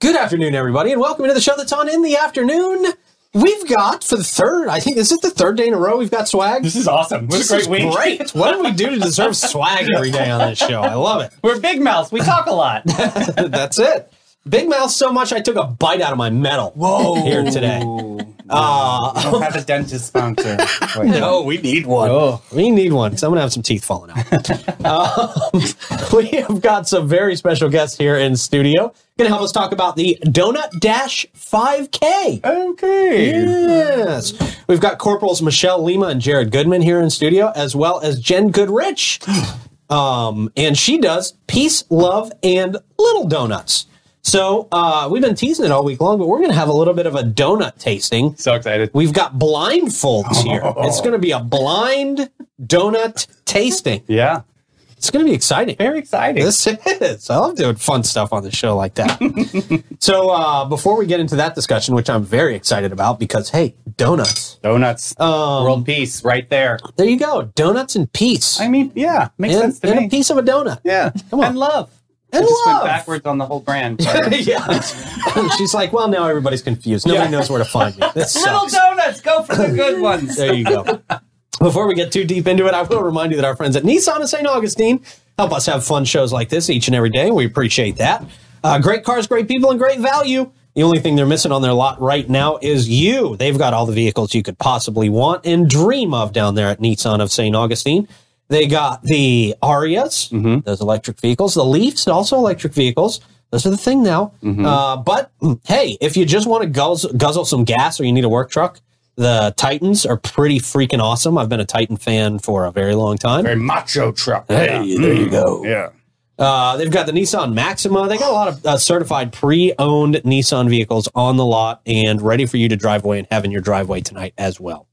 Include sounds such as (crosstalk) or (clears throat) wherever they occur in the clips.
Good afternoon, everybody, and welcome to the show that's on in the afternoon. We've got for the third, I think, is it the third day in a row we've got swag? This is awesome. What This a great is week. great. What do we do to deserve swag every day on this show? I love it. (laughs) We're big mouths. We talk a (laughs) lot. That's it. (laughs) Big mouth so much I took a bite out of my metal Whoa. here today. Uh, I don't have a dentist sponsor. Wait. No, we need one. Oh. (laughs) We need one. So I'm going to have some teeth falling out. (laughs) Um, (laughs) we have got some very special guests here in studio. Going to help us talk about the Donut Dash 5K. Okay. Yes. We've got Corporals Michelle Lima and Jared Goodman here in studio, as well as Jen Goodrich. Um, and she does Peace, Love, and Little Donuts. So uh, we've been teasing it all week long, but we're going to have a little bit of a donut tasting. So excited. We've got blindfolds here. It's going to be a blind donut tasting. Yeah. It's going to be exciting. Very exciting. This is. I love doing fun stuff on the show like that. so uh, before we get into that discussion, which I'm very excited about because hey, donuts. Donuts. Um, World peace right there. There you go, donuts and peace. I mean, yeah. Makes and, sense to and me. a piece of a donut. Yeah. Come on. And love. And I just love. went backwards on the whole (laughs) brand. yeah. (laughs) (laughs) She's like, well, now everybody's confused. Nobody Yeah. knows where to find me. (laughs) This Little sucks. donuts. Go for the (laughs) good ones. There you go. Before we get too deep into it, I will remind you that our friends at Nissan of St. Augustine help us have fun shows like this each and every day. We appreciate that. Uh, great cars, great people, and great value. The only thing they're missing on their lot right now is you. They've got all the vehicles you could possibly want and dream of down there at Nissan of St. Augustine. They got the Arias, those electric vehicles, the Leafs, also electric vehicles. Those are the thing now. Uh, but hey, if you just want to guzzle, guzzle some gas or you need a work truck, the Titans are pretty freaking awesome. I've been a Titan fan for a very long time. Very macho truck. Yeah. there Mm. you go. Yeah. Uh, they've got the Nissan Maxima. They got a lot of uh, certified pre-owned Nissan vehicles on the lot and ready for you to drive away and have in your driveway tonight as well.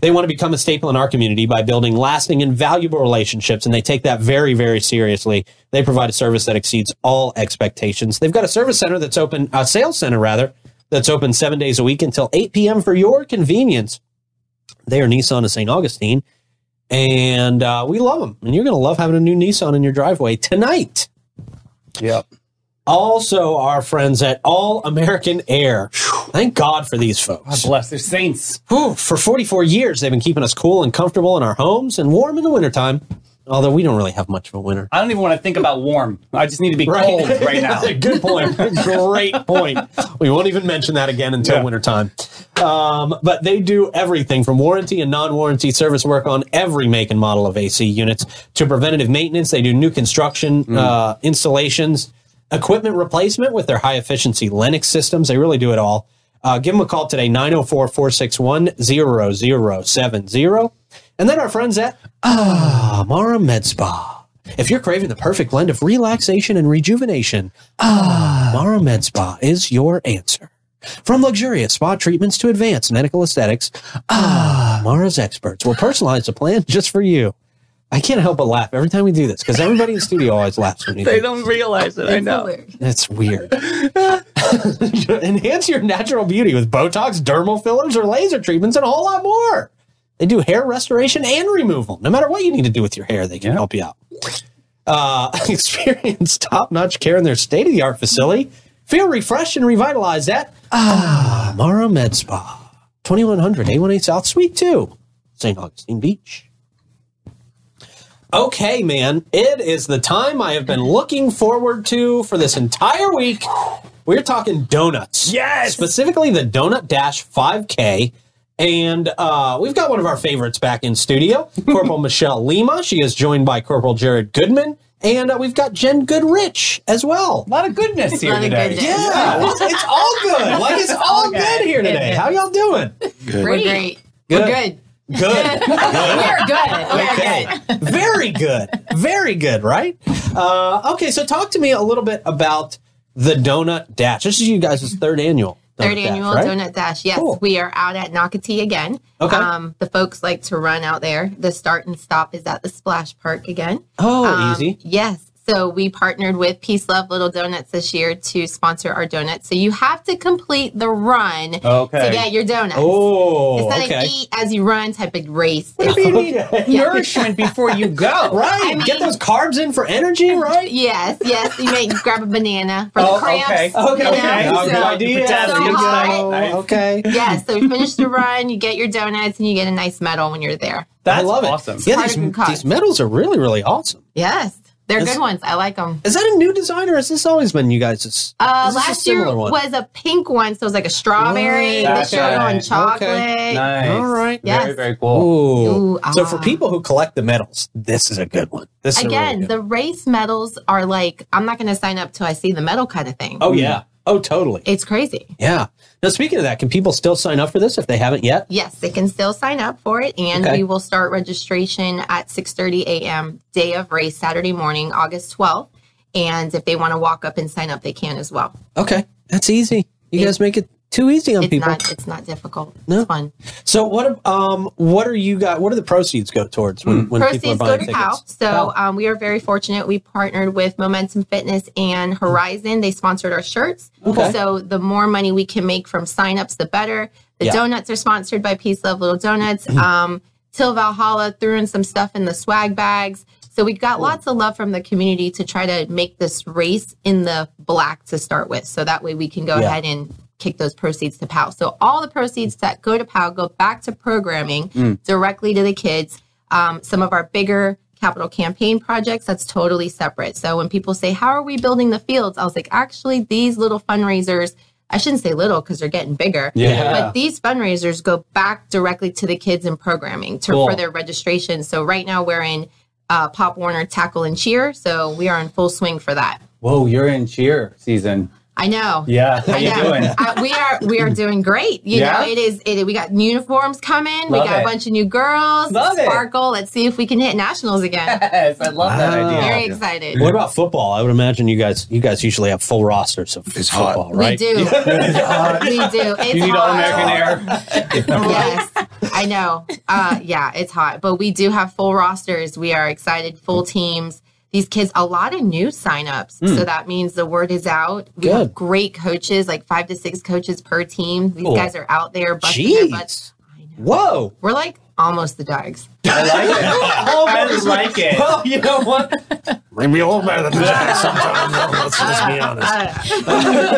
They want to become a staple in our community by building lasting and valuable relationships, and they take that very, very seriously. They provide a service that exceeds all expectations. They've got a service center that's open, a sales center rather, that's open seven days a week until 8 p.m. for your convenience. They are Nissan of St. Augustine and uh, we love them. And you're going to love having a new Nissan in your driveway tonight. Yep. Also, our friends at All American Air. Thank God for these folks. Bless their saints. Whew, for 44 years, they've been keeping us cool and comfortable in our homes and warm in the wintertime. Although we don't really have much of a winter. I don't even want to think about warm. I just need to be cold (laughs) right now. Good point. Great point. We won't even mention that again until Yeah. wintertime. Um, but they do everything from warranty and non-warranty service work on every make and model of AC units to preventative maintenance. They do new construction Mm. uh, installations, equipment replacement with their high efficiency Linux systems. They really do it all. Uh, give them a call today, 904-461-0070. And then our friends at Amara Med Spa. If you're craving the perfect blend of relaxation and rejuvenation, Amara Med Spa is your answer. From luxurious spa treatments to advanced medical aesthetics, Amara's experts will personalize a plan just for you. I can't help but laugh every time we do this because everybody in the studio always laughs when we do They don't realize it. I know. that's weird. (laughs) Enhance your natural beauty with Botox, dermal fillers, or laser treatments, and a whole lot more. They do hair restoration and removal. No matter what you need to do with your hair, they can help you out. Uh, (laughs) experience top notch care in their state of the art facility. Feel refreshed and revitalized at Amara Med Spa, 2100 A18 South, Suite 2, St. Augustine Beach. Okay, man, it is the time I have been looking forward to for this entire week. We're talking donuts. Yes! Specifically the Donut Dash 5K. And uh, we've got one of our favorites back in (laughs) studio, Corporal Michelle Lima. She is joined by Corporal Jared Goodman. And uh, we've got Jen Goodrich as well. A lot of goodness here lot of today. goodness. Yeah, it's, it's all good. Like, (laughs) it's all Okay. good here today. How y'all (laughs) doing? We're great. Good. We're good. (laughs) Good. We're good. We're good. okay. Very good. Very good, right? Uh, okay, so talk to me a little bit about the Donut Dash. This is you guys' third annual. Donut Third Dash, annual right? Donut Dash. Yes, Cool. we are out at Nocatee again. Um, Okay. the folks like to run out there. The start and stop is at the Splash Park again. Oh, Um, easy. Yes. So we partnered with Peace Love Little Donuts this year to sponsor our donuts. So you have to complete the run Okay. to get your donuts. Oh, it's not okay. an eat as you run type of race. It's- (laughs) Nourishment before you go. Right. I Get mean- those carbs in for energy, right? yes, yes. You may grab a banana for the cramps. okay. Oh, Okay. You okay. know, Oh, good so- idea. Potassium So Good high. to know. (laughs) Okay. Yeah, so you (laughs) finish the run, you get your donuts, and you get a nice medal when you're there. I That's love awesome. it. Yeah, Part these, of the cost. these medals are really, really awesome. Yes, they're That's- good ones. I like them. Is that a new design or has this always been you guys? Uh, Is this a last year similar one? was a pink one, so it was like a Right, strawberry, the sugar okay, and chocolate. okay. Nice. All right. Very, Yes. very cool. Ooh. Ooh, Oh. so ah. for people who collect the medals, this is a good one. This is a really Again, good the race medals are like, I'm not going to sign up till I see the medal kind of thing. one. Oh yeah. Oh totally. It's crazy. Yeah. Now speaking of that, can people still sign up for this if they haven't yet? Yes, they can still sign up for it, and Okay. we will start registration at 6:30 a.m. day of race, Saturday morning, August 12th. And if they want to walk up and sign up, they can as well. Okay. That's easy. You It- guys make it too easy on It's people. not it's not difficult. No. It's fun. So what um what are you got what do the proceeds go towards when, when people are Hmm. Proceeds go buying to tickets? PAL. So um, we are very fortunate. We partnered with Momentum Fitness and Horizon. They sponsored our shirts. Okay. So the more money we can make from signups, the better. The Yeah. Mm-hmm. donuts are sponsored by Peace Love Little Donuts. um, Till Valhalla threw in some stuff in the swag bags. So we got lots of love from the community to try to make this race in the black to start with. So that way we can go Yeah. ahead and kick those proceeds to POW. So all the proceeds that go to POW go back to programming Mm. directly to the kids. Um, some of our bigger capital campaign projects, that's totally separate. So when people say, How are we building the fields? I was like, Actually, these little fundraisers, I shouldn't say little because they're getting bigger. Yeah. But these fundraisers go back directly to the kids in programming to, Cool. for their registration. So right now we're in uh, Pop Warner Tackle and Cheer. So we are in full swing for that. Whoa, you're in cheer season. I know. Yeah. How I you know. doing? Uh, we are we are doing great. You Yeah? know, it is it. We got uniforms coming. Love we got it. a bunch of new girls. Love it. Sparkle. Let's see if we can hit nationals (laughs) again. Yes, I love that Wow. idea. Very excited. What about football? I would imagine you guys you guys usually have full rosters of It's hot. football, We right? (laughs) do. we do. It's You need all hot. American air. (laughs) yes, I know. Uh, yeah, it's hot, but we do have full rosters. We are excited, full teams. These kids, a lot of new signups. Hmm. So that means the word is out. We Good. have great coaches, like five to six coaches per team. These Cool. guys are out there busting their butts. Jeez. I know. Whoa. We're like almost the dogs. I (laughs) like it. (laughs) I like (laughs) it. Well, you know what? Maybe a little better than that sometimes. Let's, let's be honest.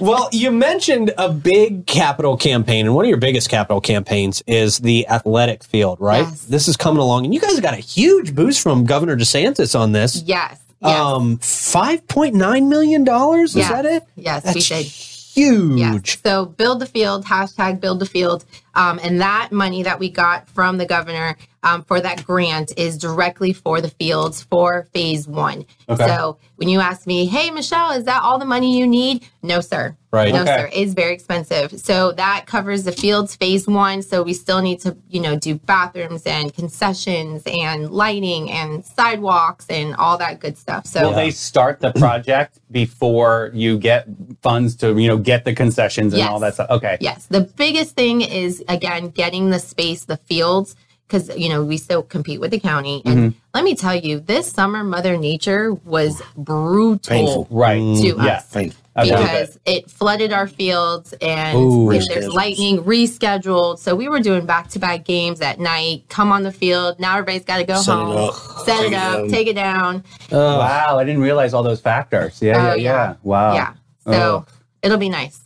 Well, you mentioned a big capital campaign, and one of your biggest capital campaigns is the athletic field, right? Yes. This is coming along, and you guys got a huge boost from Governor DeSantis on this. Yes. Yes. Um, five point nine million dollars. Is Yes. that it? Yes, we That's did. huge. Yes. So build the field, hashtag build the field. Um, and that money that we got from the governor um, for that grant is directly for the fields for phase one. Okay. So when you ask me, hey, Michelle, is that all the money you need? No, sir. Right. No, Okay. sir. It's very expensive. So that covers the fields phase one. So we still need to, you know, do bathrooms and concessions and lighting and sidewalks and all that good stuff. So Will they start the project before you get funds to you know get the concessions and Yes. all that stuff? Okay. Yes. The biggest thing is, again, getting the space, the fields, because, you know, we still compete with the county. And let me tell you, this summer, Mother Nature was brutal Painful. Right. to Mm, yeah. us. Thank you. Okay. Because it flooded our fields and Ooh. if there's Rescheduled. lightning, rescheduled. So we were doing back to back games at night, come on the field. Now everybody's got to go Set it home, up. set Take it it up, down. take it down. Uh, wow, I didn't realize all those factors. Yeah, Oh, yeah, yeah, yeah. Wow. yeah. So it'll be nice.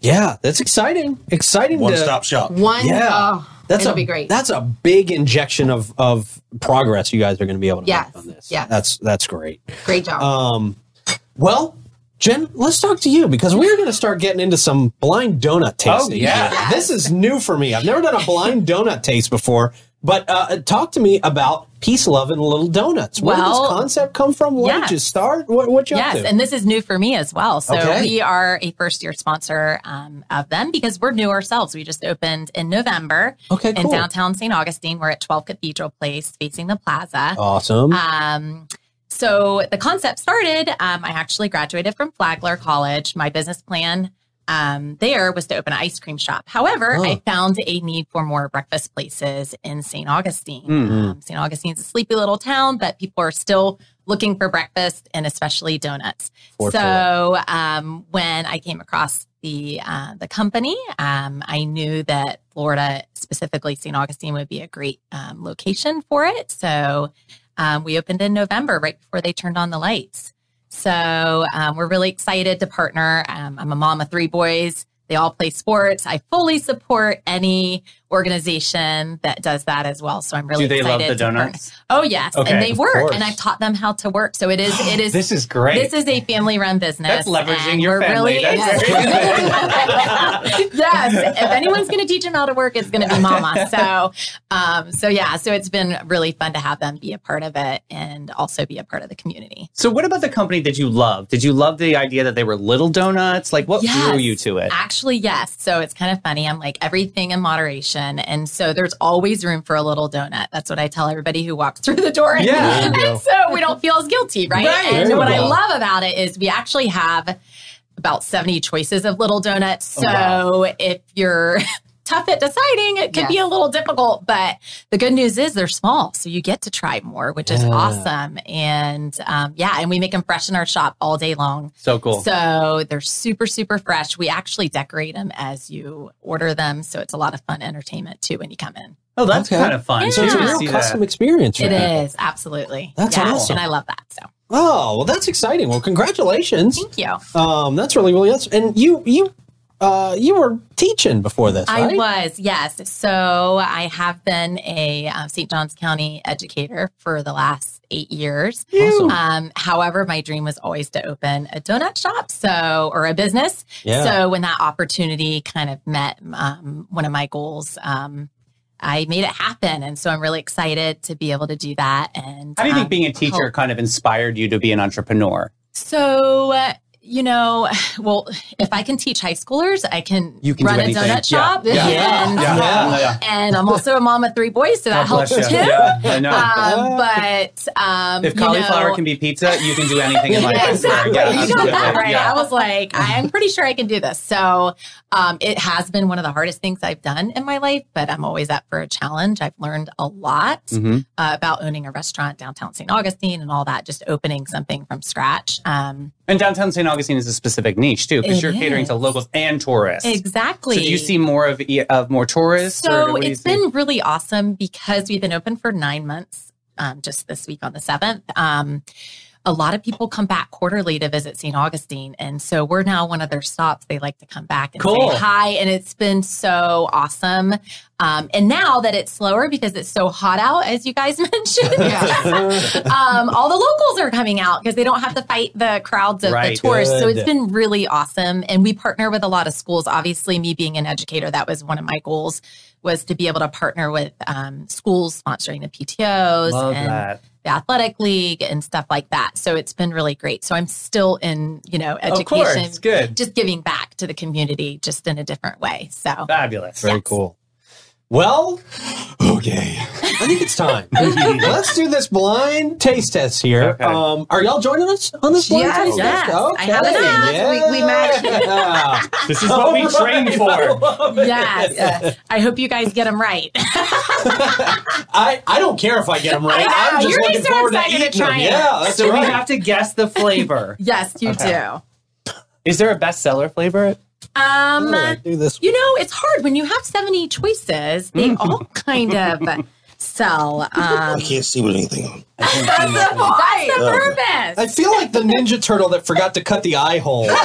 Yeah, that's exciting. Exciting. One to- stop shop. One, Yeah. oh, That's it'll a, be great. That's a big injection of of progress you guys are going to be able to Yes, make on this. yes. That's that's great. great job. Um, well, Jen, let's talk to you because we're going to start getting into some blind donut tasting. Oh, yeah. here. this is new for me. I've never done a blind donut taste before. But uh, talk to me about peace, love, and little donuts. Where did Well, this concept come from? Where yes. did you start? What what you up Yes, to? and this is new for me as well. So Okay. we are a first year sponsor um, of them because we're new ourselves. We just opened in November Okay, in cool. downtown St. Augustine. We're at 12 Cathedral Place facing the plaza. Oh. awesome. Um, so the concept started. Um, I actually graduated from Flagler College. My business plan um, there was to open an ice cream shop. However, I found a need for more breakfast places in St. Augustine. Um, St. Augustine's a sleepy little town, but people are still looking for breakfast and especially donuts. so um, when I came across the uh, the company, um, I knew that Florida, specifically St. Augustine, would be a great um, location for it. So um, we opened in November, right before they turned on the lights. So um, we're really excited to partner. Um, I'm a mom of three boys. They all play sports. I fully support any organization that does that as well. So I'm really Do they love the excited. to partner. donuts? Oh yes, Okay, and they of work, course. and I've taught them how to work. So it is, it is. This is great. This is a family-run business. That's leveraging and your we're family. Really That's very (laughs) yes. If anyone's going to teach them how to work, it's going to be Mama. So, um, so yeah. So it's been really fun to have them be a part of it and also be a part of the community. So, what about the company that you love? Did you love the idea that they were little donuts? Like, what drew Yes. you to it? Actually, yes. So it's kind of funny. I'm like everything in moderation. And so there's always room for a little donut. That's what I tell everybody who walks through the door. (laughs) Yeah. There you go. and so we don't feel as guilty, right? Right. And There you what I go. love about it is we actually have about 70 choices of little donuts. Oh, So if you're (laughs) tough at deciding, it could be a little difficult. But the good news is they're small. So you get to try more, which is awesome. And um, yeah, and we make them fresh in our shop all day long. So cool. So they're super, super fresh. We actually decorate them as you order them. So it's a lot of fun entertainment too when you come in. oh, that's Okay. kind of fun. So it's a Yeah. real See that. custom experience. For It people. is, absolutely. That's Yeah, awesome. And I love that. So Oh, well, that's exciting. Well, congratulations. thank you. Um, that's really really awesome. And you you uh you were teaching before this, right? I was, yes. So I have been a um, St. John's County educator for the last eight years. Awesome. Um, however, my dream was always to open a donut shop, so or a business. Yeah. So when that opportunity kind of met um, one of my goals, um, I made it happen, and so I'm really excited to be able to do that. And How do you um, think being a teacher help. kind of inspired you to be an entrepreneur? So, uh, you know, (sighs) well, if I can teach high schoolers, I can, You can run do a anything. donut Yeah. shop. Yeah. Yeah. And, um, Yeah. Yeah. Yeah. and I'm also a mom of three boys, so that God helps bless too. you. Yeah, I know. Um, but um, if you cauliflower know- can be pizza, you can do anything in life. I swear. Exactly. Yeah, you got that absolutely. right. Yeah. I was like, I'm pretty sure I can do this. So um, it has been one of the hardest things I've done in my life, but I'm always up for a challenge. I've learned a lot Mhm. uh, about owning a restaurant downtown St. Augustine and all that, just opening something from scratch. Um, And downtown St. Augustine is a specific niche too, because It you're catering to is. locals and tourists. exactly. So do you see more of e- of more tourists? or So what do you it's see? been really awesome because we've been open for nine months. Um, just this week on the seventh, um, a lot of people come back quarterly to visit St. Augustine, and so we're now one of their stops. They like to come back and Cool. say hi, and it's been so awesome. Um, and now that it's slower because it's so hot out, as you guys (laughs) mentioned, (laughs) um, all the locals are coming out because they don't have to fight the crowds of Right. the tourists. So Good. it's uh, been really awesome, and we partner with a lot of schools. Obviously, me being an educator, that was one of my goals was to be able to partner with um, schools sponsoring the PTOS Love and that. the athletic league and stuff like that. So it's been really great. So I'm still in, you know, education, Of course, good. just giving back to the community, just in a different way. (laughs) So Fabulous. Very cool. Well, okay. I think it's (laughs) time. Let's do this blind taste test here. Okay. Um, are y'all joining us on this blind Yes, taste yes. test? I have it on. We- we (laughs) match. Yeah. This is what (laughs) we train (laughs) for. yes, I hope you guys get them right. I, I don't care if I get them right. I know. I'm just You're looking just so forward to excited to eating try them. it. Yeah, that's So we right. have to guess the flavor. yes, you Okay. do. Is there a bestseller flavor? Um, Oh, do this. you know, it's hard when you have 70 choices. Mm. They all kind of (laughs) sell. Um, I can't see with anything on. Uh, that's the, that's the purpose. I feel like the Ninja Turtle that forgot to cut the eye (laughs) holes. you know? (laughs) (laughs)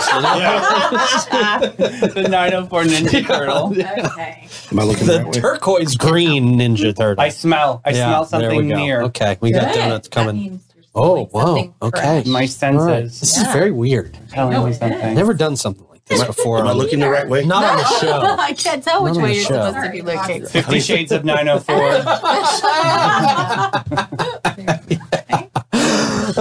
the 904 (laughs) Ninja Turtle. (laughs) okay. Am I looking The that way? turquoise green Ninja Turtle. I smell. I Yeah, smell there we something go. near. Okay, we got donuts coming. Oh, Oh, wow. Okay. My All right. senses This Yeah. is very weird. telling me something. Never done something like this before. Am I looking the right way? (laughs) Not (laughs) on the show. I can't tell which Not on way the you're show. supposed to be looking. Fifty Shades of (laughs) 904.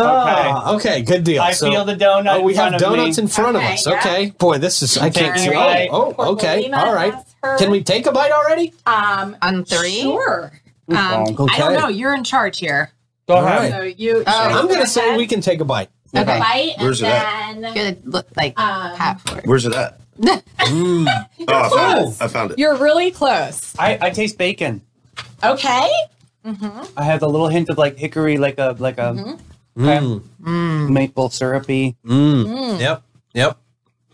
Ah, okay, good deal. I So- feel the donut. Oh, we in have front of me. donuts in front of Okay, us. yeah. Okay, boy, this is I can't see. Right. Oh, oh, (laughs) okay, Cordelina all right. has her- Can we take a bite already? Um, On three? Sure. Um, Okay. I don't know. You're in charge here. Go All ahead. right. So you. Oh, I'm gonna (laughs) say we can take a bite. Okay. Bite and Where's it at? then. Good, look like Um, half. Where's it at? Mm, Oh, I found it. I found it. You're really close. I, I taste bacon. Okay. I have a little hint of like hickory, like a like a mm, okay. Mm-hmm. maple syrupy. Mm. Yep. Yep.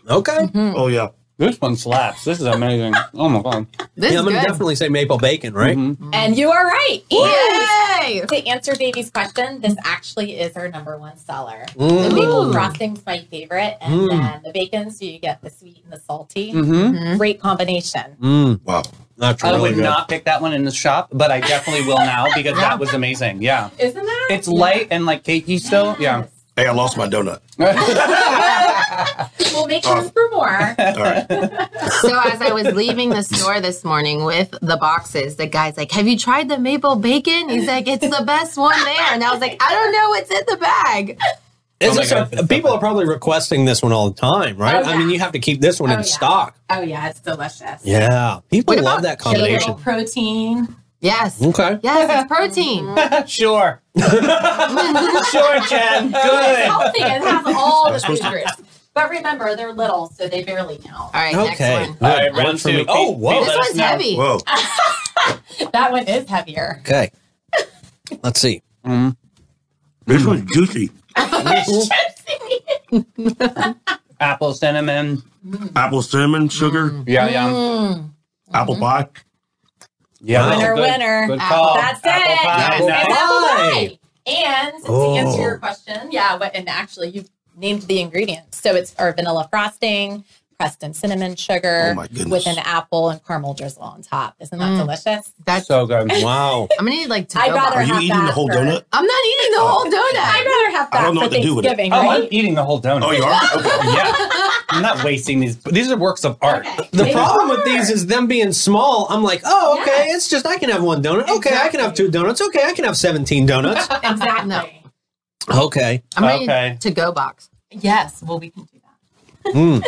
Okay. Mm-hmm. Oh yeah. This one slaps. This is amazing. oh my god. Mm-hmm. This Yeah, I'm is gonna good. Mm-hmm. definitely say maple bacon, right? Mm. And you are right. Yay! To answer Davey's question, this actually is our number one seller. Mm. The maple frosting's my favorite, and then the bacon, so you get the sweet and the salty. Mm. Mm-hmm. Great combination. Mm, Wow. that's I really would good. not pick that one in the shop, but I definitely will now because that was amazing. Yeah. Isn't that? It's light and like cakey still. (laughs) Yeah. Hey, I lost my donut. We'll make room for (laughs) more. All right. (laughs) So as I was leaving the store this morning with the boxes, the guy's like, "Have you tried the maple bacon?" He's like, "It's the best one there," and I was like, "I don't know what's in the bag." Is Oh my this God, a- it's people are probably requesting this one all the time, right? Oh, I mean, you have to keep this one in yeah. stock. Oh yeah, it's delicious. Yeah, people What love about that A combination. little protein. Yes, (laughs) Okay. yes, it's protein. sure. sure, Jen. Good. Healthy. It (laughs) has all the That's supposed food to- groups. But remember, they're little, so they barely count. All right, Okay. next one. All right, One round for two. me. Oh, whoa. This Let us one's know. heavy. Whoa. That one is heavier. (laughs) Okay. Let's see. This was juicy. Apple cinnamon. Apple cinnamon sugar. Yeah, yeah. Mm. Apple pie. Yeah. Winner, Oh, good- winner. Good call. That's Apple it. pie. Yes. Nice. Why? And Oh. to answer your question, yeah, what, and actually you named the ingredients. So it's our vanilla frosting, pressed in cinnamon sugar, Oh, my goodness. with an apple and caramel drizzle on top. Isn't that Mm. delicious? That's. So good. Wow. I'm gonna need like two. I'd rather- Are you have eating the that whole for- donut? I'm not eating the whole donut. I'd rather have I that don't know for what to do with it. Thanksgiving, Oh, I'm right? eating the whole donut. Oh, you are. Okay. yeah. I'm not wasting these. These are works of art. Okay. The They problem are. with these is them being small. I'm like, oh, okay, it's just I can have one donut. Okay, I can have two donuts. Okay, I can have 17 donuts. exactly. No. okay. I'm gonna Okay. need to go box. Yes, well we can do that. Hmm.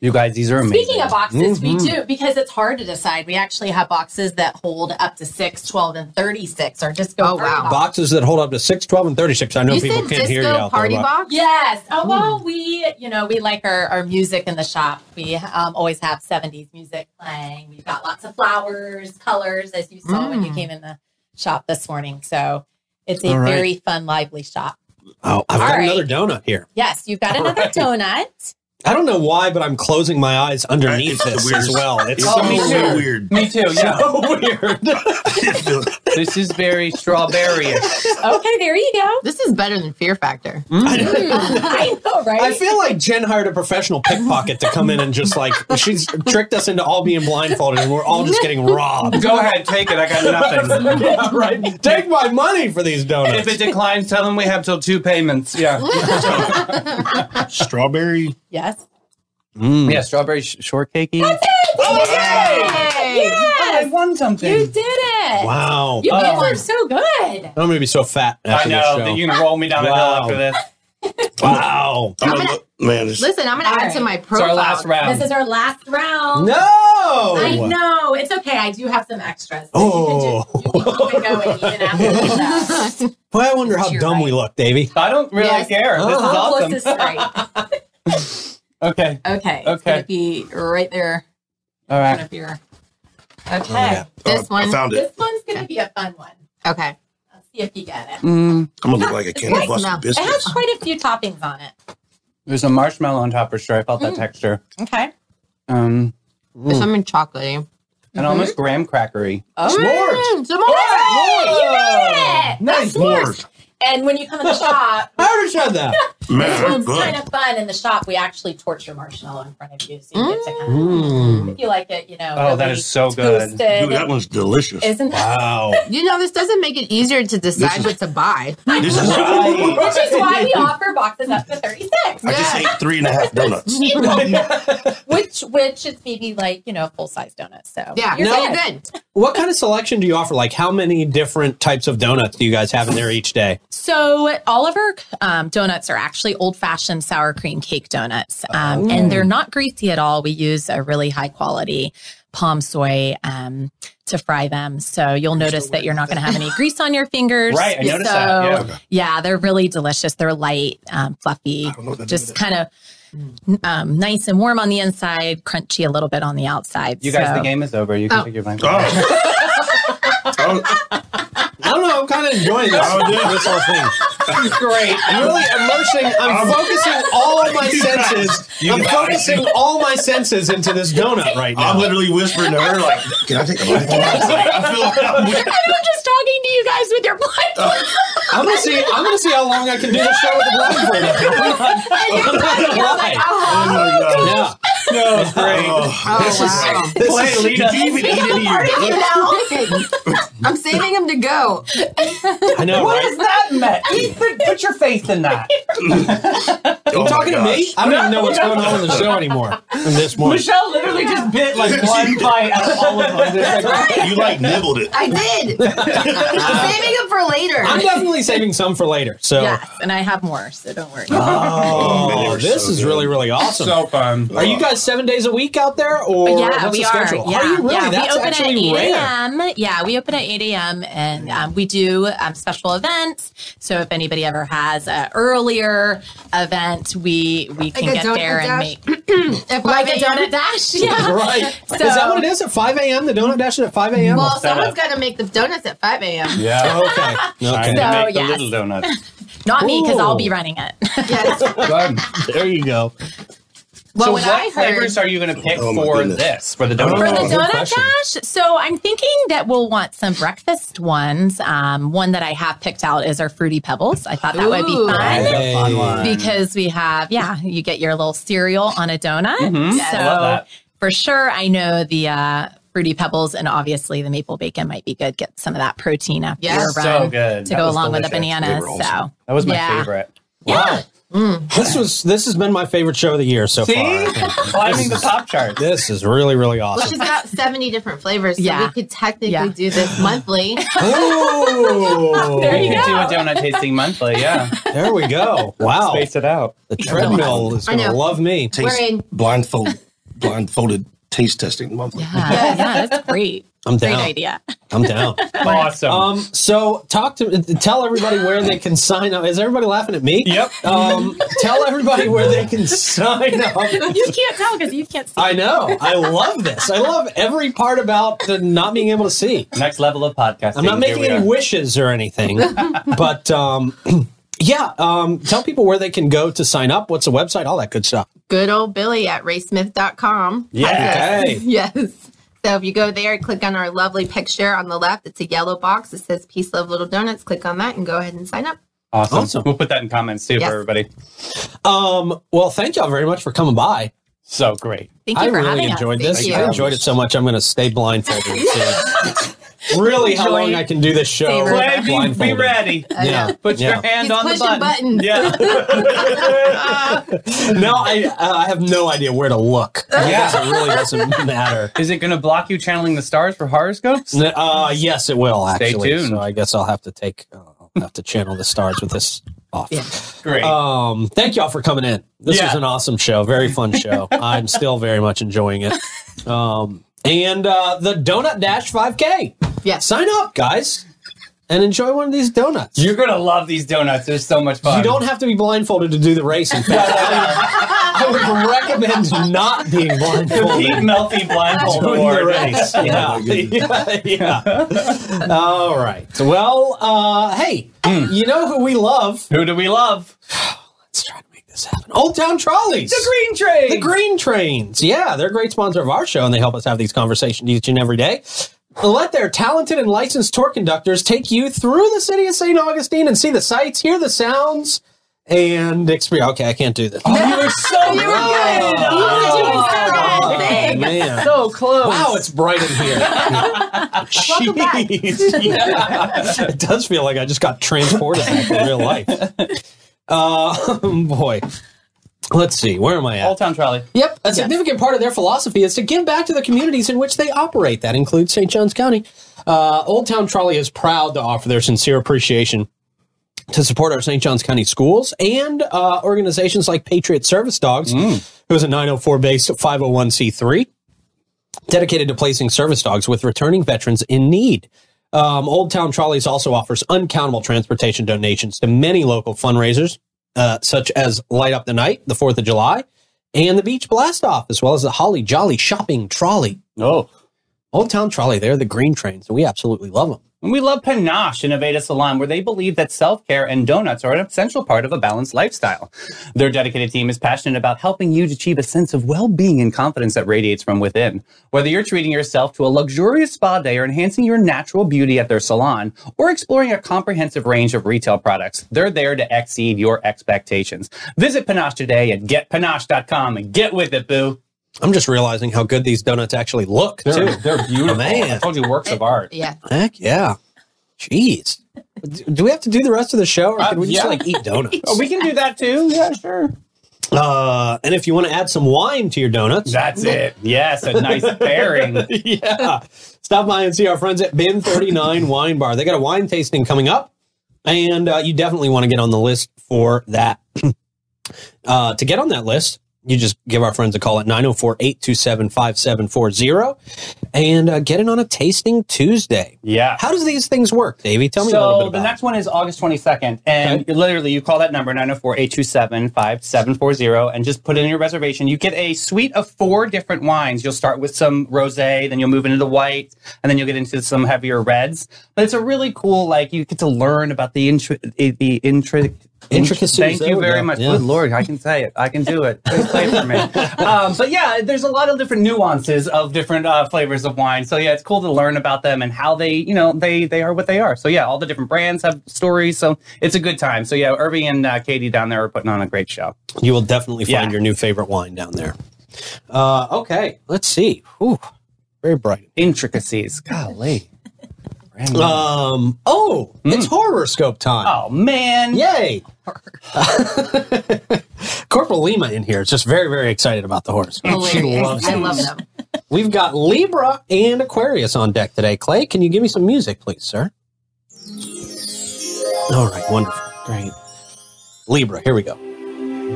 You guys, these are amazing. Speaking of boxes, we do because it's hard to decide. We actually have boxes that hold up to 6, 12, and 36 or just go Oh, wow. Boxes that hold up to 6, 12, and 36. I know You people said can't hear you disco out party there. but- box. Yes. Oh well, we you know we like our, our music in the shop. We um, always have '70s music playing. We've got lots of flowers, colors, as you saw when you Mm. came in the shop this morning. So it's a All right. very fun, lively shop. Oh, I've All got right. another donut here. Yes, you've got another donut. I don't know why, but I'm closing my eyes underneath It's the this as weirdest- well. It's It's so so weird. (laughs) weird. me too. Yeah. So weird. It feels- this is very strawberry-ish. Okay, there you go. This is better than Fear Factor. I know, right? I feel like Jen hired a professional pickpocket to come in and just like she's tricked us into all being blindfolded and we're all just getting robbed. Go ahead, take it. I got (laughs) nothing. Yeah, right. Take my money for these if donuts. it declines, tell them we have till two payments. Yeah. Strawberry. yes. (laughs) Mm. yeah, strawberry sh- shortcakey. Yay! I won something. You did it. Wow. You Oh. guys are so good. I'm gonna be so fat I after know. this that show. You're gonna roll me down Wow. a hill after this. wow. I'm I'm gonna, look- man, this, Listen, I'm gonna All add right. to my It's profile. our last round. This is our last round. I No. know. It's okay. I do have some extras. So Oh. You can, do, you can keep it going even after (laughs) the show. Well, I wonder how You're dumb right. we look, Davey. I don't really Yes. care. This is How awesome. close Oh. is right? okay. Okay. It's Okay. going to be right there All in front right. of your. Oh, yeah. Okay. (laughs) This uh, I one. found it. This one's going to be a fun one. Okay. Let's see if you get it. Mm, I'm gonna look like a candy Right busted now. It has biscuits. quite a few toppings on it. there's a marshmallow on top for sure. I felt Mm. that texture. Okay. Um, There's something chocolatey. Mm-hmm. and almost graham crackery. Oh. Mm, some more. Hey, you got it. Nice That's yours. And when you come in the shop, (laughs) I already said that. Man, this that's one's kind good. of fun. In the shop, we actually torch your marshmallow in front of you, so you get to kind of, Mm. if you like it, you know. Oh, that really is so toast good. it. Dude, that one's delicious. Isn't that Wow. (laughs) You know, this doesn't make it easier to decide is- what to buy. This is. Which is why we offer boxes up to 36. (laughs) I just ate three and a half donuts. Which which is maybe like, you know, full size donuts. So Yeah, you're no, good. good. (laughs) What kind of selection do you offer? Like, how many different types of donuts do you guys have in there each day? So all of our um, donuts are actually old fashioned Oh. sour cream cake donuts. Um, and they're not greasy at all. We use a really high quality palm soy um, to fry them. So you'll notice that you're not going to have any grease on your fingers. (laughs) Right, I noticed so, that, yeah. yeah, they're really delicious. They're light, um, fluffy, don't know what that just is. kind of Hmm. um, nice and warm on the inside, crunchy a little bit on the outside. You guys, So- the (laughs) game is over. You can Oh. take your blanket. Oh. oh. I don't know. I'm kind of enjoying this, Oh, yeah. this whole thing. Great. I'm really immersing. I'm focusing all (laughs) my You guys, senses. you I'm guys. focusing all my senses into this donut right I'm now. literally whispering to her, like, can I take (laughs) a bite? I feel And I'm just talking to you guys with your (laughs) blanket. I'm gonna see. I'm gonna see how long I can do the show with the blind for (laughs) I'm not gonna lie. Oh my God. Yeah. No, it's great. Oh, this wow. is. This is did you even eat any of your (laughs) You know? I'm saving him to go. I know. What Right? is that, Matt? Eat- put, put your faith in that. You Talking to me? I don't even know (laughs) what's going on in the show anymore. This morning. (laughs) (laughs) Michelle literally just bit (laughs) like one bite out of all of them. (laughs) It's like, You like nibbled it. (laughs) I did. I'm saving him for later. I'm definitely saving some for later. Oh. So. Yes, and I have more, so don't worry. They Oh, were this so is good. really, really awesome. fun. are you guys seven days a week out there, or yeah, what's we the are. schedule? Yeah, Are you really? yeah. That's we open at actually eight rare. a.m. Yeah, we open at eight a.m. and um, we do um, special events. So if anybody ever has an earlier event, we we can a get donut there and dash? make If (laughs) like a I am- donut dash. (laughs) Yeah. (laughs) Right. So- is that what it is at 5 a.m.? The donut dash is at 5 a.m.? Well, someone's up. got to make the donuts at 5 a.m. Yeah. (laughs) okay. Time okay. to So, make the yes. little (laughs) donuts. Not me, because I'll Ooh. be running it. (laughs) Yes. Good. There you go. Well, so what what I heard- flavors are you going to pick Oh, my for goodness. this? For the For donut? Oh. the good donut question. dash, so I'm thinking that we'll want some breakfast ones. Um, one that I have picked out is our fruity pebbles. I thought that would be Ooh. fun. That's a fun one. because we have yeah you get your little cereal on a donut Mm-hmm. so Mm-hmm. I love that. for sure i know the uh fruity pebbles and obviously the maple bacon might be good get some of that protein after Yes. your So run good. to That go was along with the delicious. bananas They were so awesome. That was my Yeah. Mm. favorite. Wow. This was this has been my favorite show of the year so See? (laughs) far. Climbing the pop chart. This is really, really Well, awesome. she's got 70 different flavors, so Yeah. we could technically Yeah. do this (laughs) monthly. Ooh. (laughs) There you could do a donut tasting monthly, yeah. There we go. Wow. (laughs) Space it out. The treadmill is I going to know. love me. Taste We're in- blindfold, blindfolded taste testing monthly. yeah, yeah that's great I'm great down. idea I'm down. Awesome. Um, so talk to tell everybody where they can sign up. Is everybody laughing at me? Yep. Um, tell everybody where they can sign up. (laughs) you can't tell because you can't see I know. I love this. I love every part about the not being able to see. Next level of podcasting. I'm not Here making we any are. wishes or anything, but um, (clears throat) yeah. Um, tell people where they can go to sign up. What's the website? All that good stuff. Good old Billy at raysmith.com. Yeah. Okay. (laughs) Yes. So if you go there, click on our lovely picture on the left. It's a yellow box. It says Peace, Love, Little Donuts. Click on that and go ahead and sign up. Awesome. Awesome. We'll put that in comments too Yes. for everybody. Um, well, thank y'all very much for coming by. So great. thank you I for really having enjoyed us this. Thank I you. enjoyed it so much. I'm going to stay blindfolded. and (laughs) see really, how Enjoy. long I can do this show? Savor Play, be, be blindfolded. ready. Yeah. Put Yeah. your hand Oh, He's on the pushing button. buttons. (laughs) Yeah. No, I uh, I have no idea where to (laughs) look. I guess it really doesn't matter. Is it going to block you channeling the stars for horoscopes? N- Uh, yes, it will. Stay Actually, tuned. So I guess I'll have to take, uh, I'll have to channel the stars with this off. Great. Um, thank y'all for coming in. This Yeah. was an awesome show, very fun (laughs) show. I'm still very much enjoying it. Um, and uh, the Donut Dash 5K. Yeah. sign up, guys, and enjoy one of these donuts. You're going to love these donuts. They're so much fun. You don't have to be blindfolded to do the race. In fact, I would, I would recommend not being Pete blindfolded. Melfi blindfold Doing the award. race. Yeah. yeah, (laughs) yeah. All right. Well, uh, hey, you know who we love? Who do we love? Let's try to make this happen. Old Town Trolleys. Green Train. The Green Trains. Yeah, they're a great sponsor of our show, and they help us have these conversations each and every day. Let their talented and licensed tour conductors take you through the city of St. Augustine and see the sights, hear the sounds, and experience. Okay, I can't do this. You (laughs) were so you Oh, man. so close. Wow, it's bright in here. Welcome (laughs) back. Yeah. It does feel like I just got transported back to real life. Uh, (laughs) boy. Let's see. Where am I at? Old Town Trolley. Yep, a significant part of their philosophy is to give back to the communities in which they operate. That includes St. John's County. Uh, Old Town Trolley is proud to offer their sincere appreciation to support our St. John's County schools and uh, oh organizations like Patriot Service Dogs, who is a 904 based 501c3. dedicated to placing service dogs with returning veterans in need. Um, Old Town Trolleys also offers uncountable transportation donations to many local fundraisers, uh, such as Light Up the Night, the 4th of July, and the Beach Blast Off, as well as the Holly Jolly Shopping Trolley. Oh. Old Town Trolley, they're the green trains, and we absolutely love them. And we love Panache in Aveda Salon, where they believe that self care and donuts are an essential part of a balanced lifestyle. Their dedicated team is passionate about helping you to achieve a sense of well being and confidence that radiates from within. Whether you're treating yourself to a luxurious spa day or enhancing your natural beauty at their salon, or exploring a comprehensive range of retail products, they're there to exceed your expectations. Visit Panache today at getpanache.com and get with it, boo. I'm just realizing how good these donuts actually look, too. Oh, they're beautiful. Man. I told you, works of art. (laughs) Yeah. Heck yeah. Jeez. D- Do we have to do the rest of the show, or can we just Uh, yeah. like eat donuts? Oh, (laughs) we can do that too. Yeah, sure. Uh, and if you want to add some wine to your donuts, That's it. Yes, a (laughs) nice pairing. yeah, stop by and see our friends at Bin 39 Wine Bar. They got a wine tasting coming up, and uh, you definitely want to get on the list for that. (clears throat) uh, to get on that list, you just give our friends a call at 904 827 5740 and uh, get in on a tasting Tuesday. Yeah. How does these things work, Davey? Tell me a little bit So about the next one is August 22nd. And Okay. literally, you call that number, 904 827 5740, and just put in your reservation. You get a suite of four different wines. You'll start with some rose, then you'll move into the white, and then you'll get into some heavier reds. But it's a really cool, like, you get to learn about the, intri- the intric Intricacies, Thank there you we very go. much. Yeah. Good Lord, I can say it. I can do it. Please play for me. Um, but yeah, there's a lot of different nuances of different uh, flavors of wine. So yeah, it's cool to learn about them and how they, you know, they they are what they are. So yeah, all the different brands have stories. So it's a good time. So yeah, Irving and uh, Katie down there are putting on a great show. You will definitely find Yeah. your new favorite wine down there. Uh, okay, let's see. Whew, very bright. Intricacies. Golly. Brand new. Hmm. Um, oh, it's horoscope time. oh man. Yay! (laughs) Corporal Lima in here is just very, very excited about the horse. She Hilarious. loves I these. love them. We've got Libra and Aquarius on deck today. Clay, can you give me some music, please, sir? All right, wonderful. Great. Libra, here we go.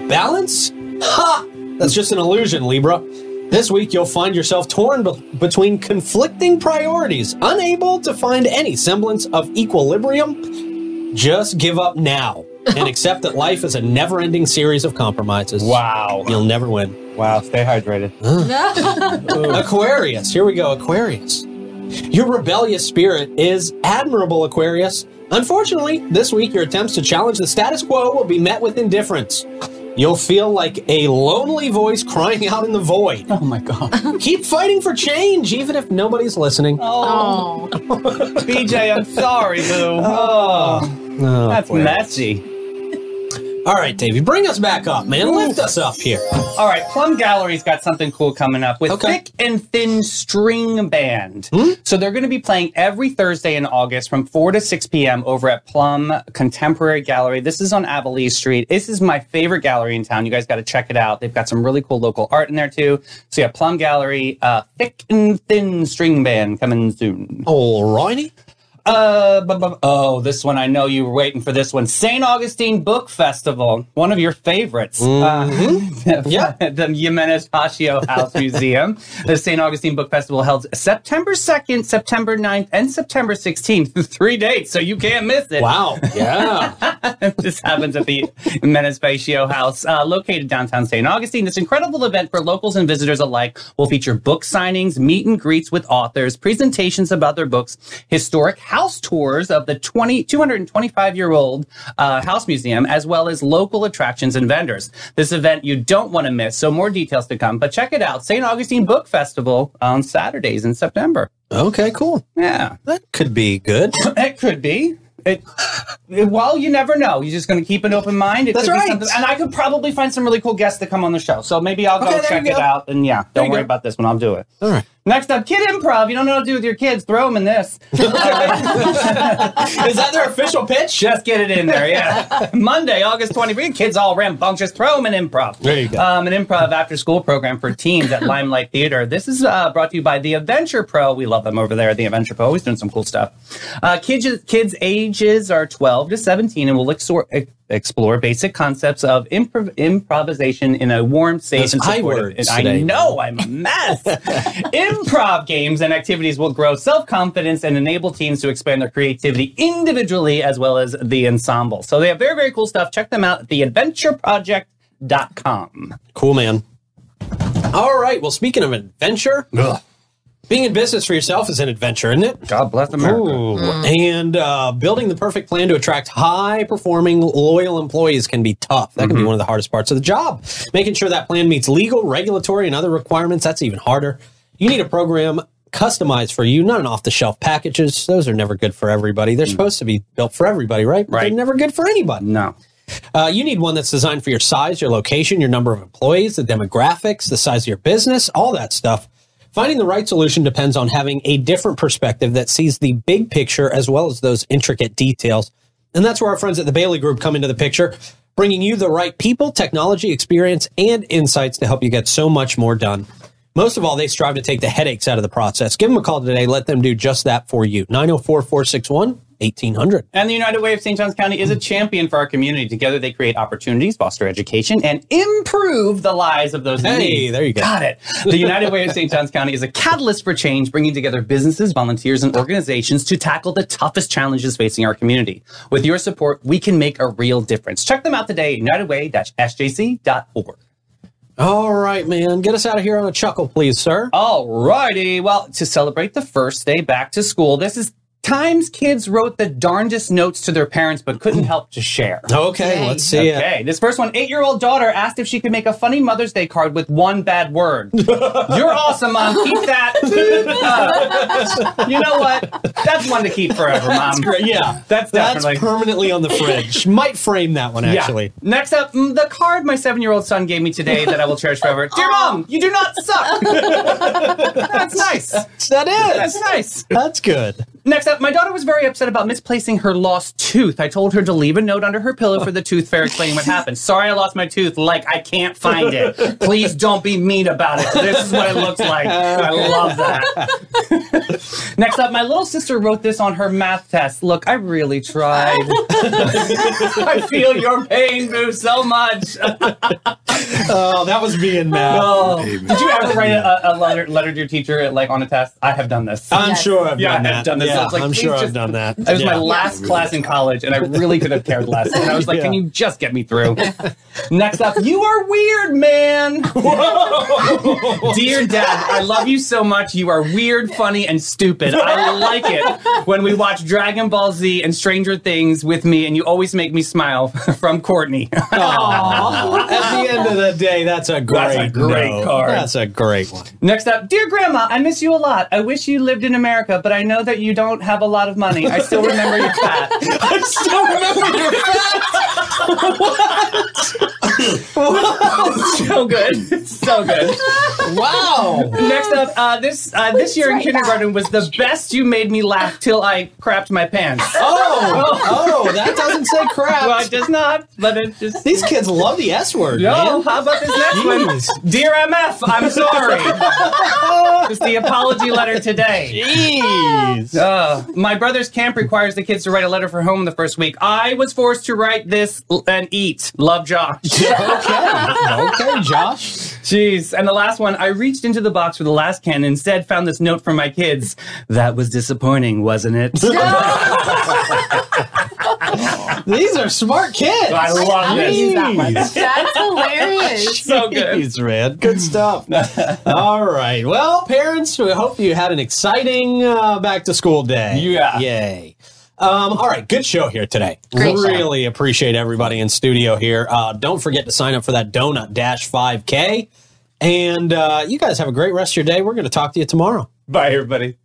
Balance? Ha! That's just an illusion, Libra. This week, you'll find yourself torn be- between conflicting priorities, unable to find any semblance of equilibrium. Just give up now and accept that life is a never ending series of compromises. Wow. You'll never win. Wow. Stay hydrated. Aquarius, here we go, Aquarius. Your rebellious spirit is admirable, Aquarius. Unfortunately, this week your attempts to challenge the status quo will be met with indifference. You'll feel like a lonely voice crying out in the void. (laughs) Oh my god. Keep fighting for change, even if nobody's listening. Oh, Oh. BJ, I'm sorry, boo. Oh, Oh, that's Aquarius. messy. All right, Davey, bring us back up, man. Lift us up here. All right, Plum Gallery's got something cool coming up with Okay. Thick and Thin String Band. So they're going to be playing every Thursday in August from 4 to 6 p.m. over at Plum Contemporary Gallery. This is on Abilene Street. This is my favorite gallery in town. You guys got to check it out. They've got some really cool local art in there too. So yeah, Plum Gallery, uh, Thick and Thin String Band coming soon. All righty. Uh, bu- bu- oh, this one I know you were waiting for. This one, St. Augustine Book Festival, one of your favorites. Uh, (laughs) Yeah. the Jimenez Pascio House Museum. The St. Augustine Book Festival held September second, September 9th, and September sixteenth. (laughs) Three dates, so you can't miss it. Wow. Yeah. this happens at the Menace Patio House, uh, located downtown St. Augustine. This incredible event for locals and visitors alike will feature book signings, meet and greets with authors, presentations about their books, historic house tours of the 20, 225 year old uh, house museum, as well as local attractions and vendors. This event you don't want to miss, so more details to come. But check it out St. Augustine Book Festival on Saturdays in September. okay, cool. Yeah. That could be good. (laughs) It could be. It, well, you never know. You're just going to keep an open mind. It That's could be right. something- and I could probably find some really cool guests to come on the show. So maybe I'll go Okay, there check you it go. out. And yeah, don't you worry go. about this one. I'll do it. All right. Next up, kid improv. You don't know what to do with your kids. Throw them in this. Is that their official pitch? just get it in there. Yeah. Monday, August 23. Kids all rambunctious. Throw them in improv. There you go. Um, an improv after school program for teens at Limelight Theater. This is uh, brought to you by The Adventure Pro. We love them over there. The Adventure Pro always doing some cool stuff. Uh, kids, kids ages are 12 to 17 and will explore, explore basic concepts of improv- improvisation in a warm, safe, Those and I supportive. words and I today. know I'm (laughs) a mess. Improv games and activities will grow self confidence and enable teams to expand their creativity individually as well as the ensemble. So they have very very cool stuff. Check them out at theadventureproject.com. Cool, man. All right. Well, speaking of adventure, being in business for yourself is an adventure, isn't it? God bless Ooh. And uh, building the perfect plan to attract high performing, loyal employees can be tough. That can be one of the hardest parts of the job. Making sure that plan meets legal, regulatory, and other requirements, that's even harder. You need a program customized for you, not an off the shelf packages. Those are never good for everybody. They're supposed to be built for everybody, right? But Right. They're never good for anybody. No. Uh, you need one that's designed for your size, your location, your number of employees, the demographics, the size of your business, all that stuff. Finding the right solution depends on having a different perspective that sees the big picture as well as those intricate details. And that's where our friends at the Bailey Group come into the picture, bringing you the right people, technology, experience, and insights to help you get so much more done. Most of all, they strive to take the headaches out of the process. Give them a call today. Let them do just that for you. 904 461 1800. And the United Way of St. John's County is a champion for our community. Together, they create opportunities, foster education, and improve the lives of those in Hey, need. there you go. Got it. The United Way of St. John's County is a catalyst for change, bringing together businesses, volunteers, and organizations to tackle the toughest challenges facing our community. With your support, we can make a real difference. Check them out today at unitedway-sjc.org. All right, man. Get us out of here on a chuckle, please, sir. Alrighty. Well, to celebrate the first day back to school, this is Times kids wrote the darndest notes to their parents but couldn't help to share. Okay, let's see it. Oh, Okay, this first one, eight year old daughter asked if she could make a funny Mother's Day card with one bad (laughs) word. You're awesome, mom. Keep that. Uh, you know what? That's one to keep forever, mom. That's great. Yeah. That's That's definitely. permanently on the fridge. (laughs) Might frame that one, Yeah. actually. Next up, mm, the card my seven year old son gave me today that I will cherish forever. Dear mom, you do not (laughs) suck. That's nice. That is. That's nice. That's good. Next up, my daughter was very upset about misplacing her lost tooth. I told her to leave a note under her pillow for the tooth fairy explaining what happened. Sorry, I lost my tooth. Like, I can't find it. Please don't be mean about it. This is what it looks like. I love that. (laughs) Next up, my little sister wrote this on her math test. Look, I really tried. (laughs) I feel your pain, Boo, so much. Oh, that was being mad. Oh. Did you ever write a, a letter, letter to your teacher like on a test? I have done this. I'm Yes. sure I've Yeah, done I've that. done this. Yeah, It's like, I'm please sure I've just- done that. That was my Yeah. last class in college, and I really could have cared less. And I was like, (laughs) Yeah. can you just get me (laughs) through? Next up, you are weird, man. (laughs) Dear Dad, I love you so much. You are weird, funny, and stupid. I like it when we watch Dragon Ball Z and Stranger Things with me, and you always make me smile. (laughs) From Courtney. (laughs) Aw. At the end of the day, that's a great, That's a great note. card. That's a great (laughs) one. Next up, dear Grandma, I miss you a lot. I wish you lived in America, but I know that you don't have a lot of money. I still remember your (laughs) fat. I still remember your so good, so good. Wow. Next up, uh, this uh, this year in kindergarten was the best. You made me laugh till I crapped my pants. Oh, oh, that doesn't say crap. Well, it does not, but it just. These kids love the S word, No, man. how about this next one? Jeez. Dear MF, I'm (laughs) sorry. It's the apology letter today. Jeez. Uh, my brother's camp requires the kids to write a letter for home the first week. I was forced to write this l- and eat. Love, (laughs) Josh. okay. Okay, Josh. Jeez. And the last one, I reached into the box for the last can and instead found this note from my kids. That was disappointing, wasn't it? These are smart kids. (laughs) I love this. Jeez. That's hilarious. So good. Jeez, man. Good stuff. All right. Well, parents, we hope you had an exciting uh, back to school day. Yeah. Yay. Um, all right, good show here today. Great show. really appreciate everybody in studio here. Uh, don't forget to sign up for that Donut Dash 5K. And uh, you guys have a great rest of your day. We're going to talk to you tomorrow. Bye, everybody.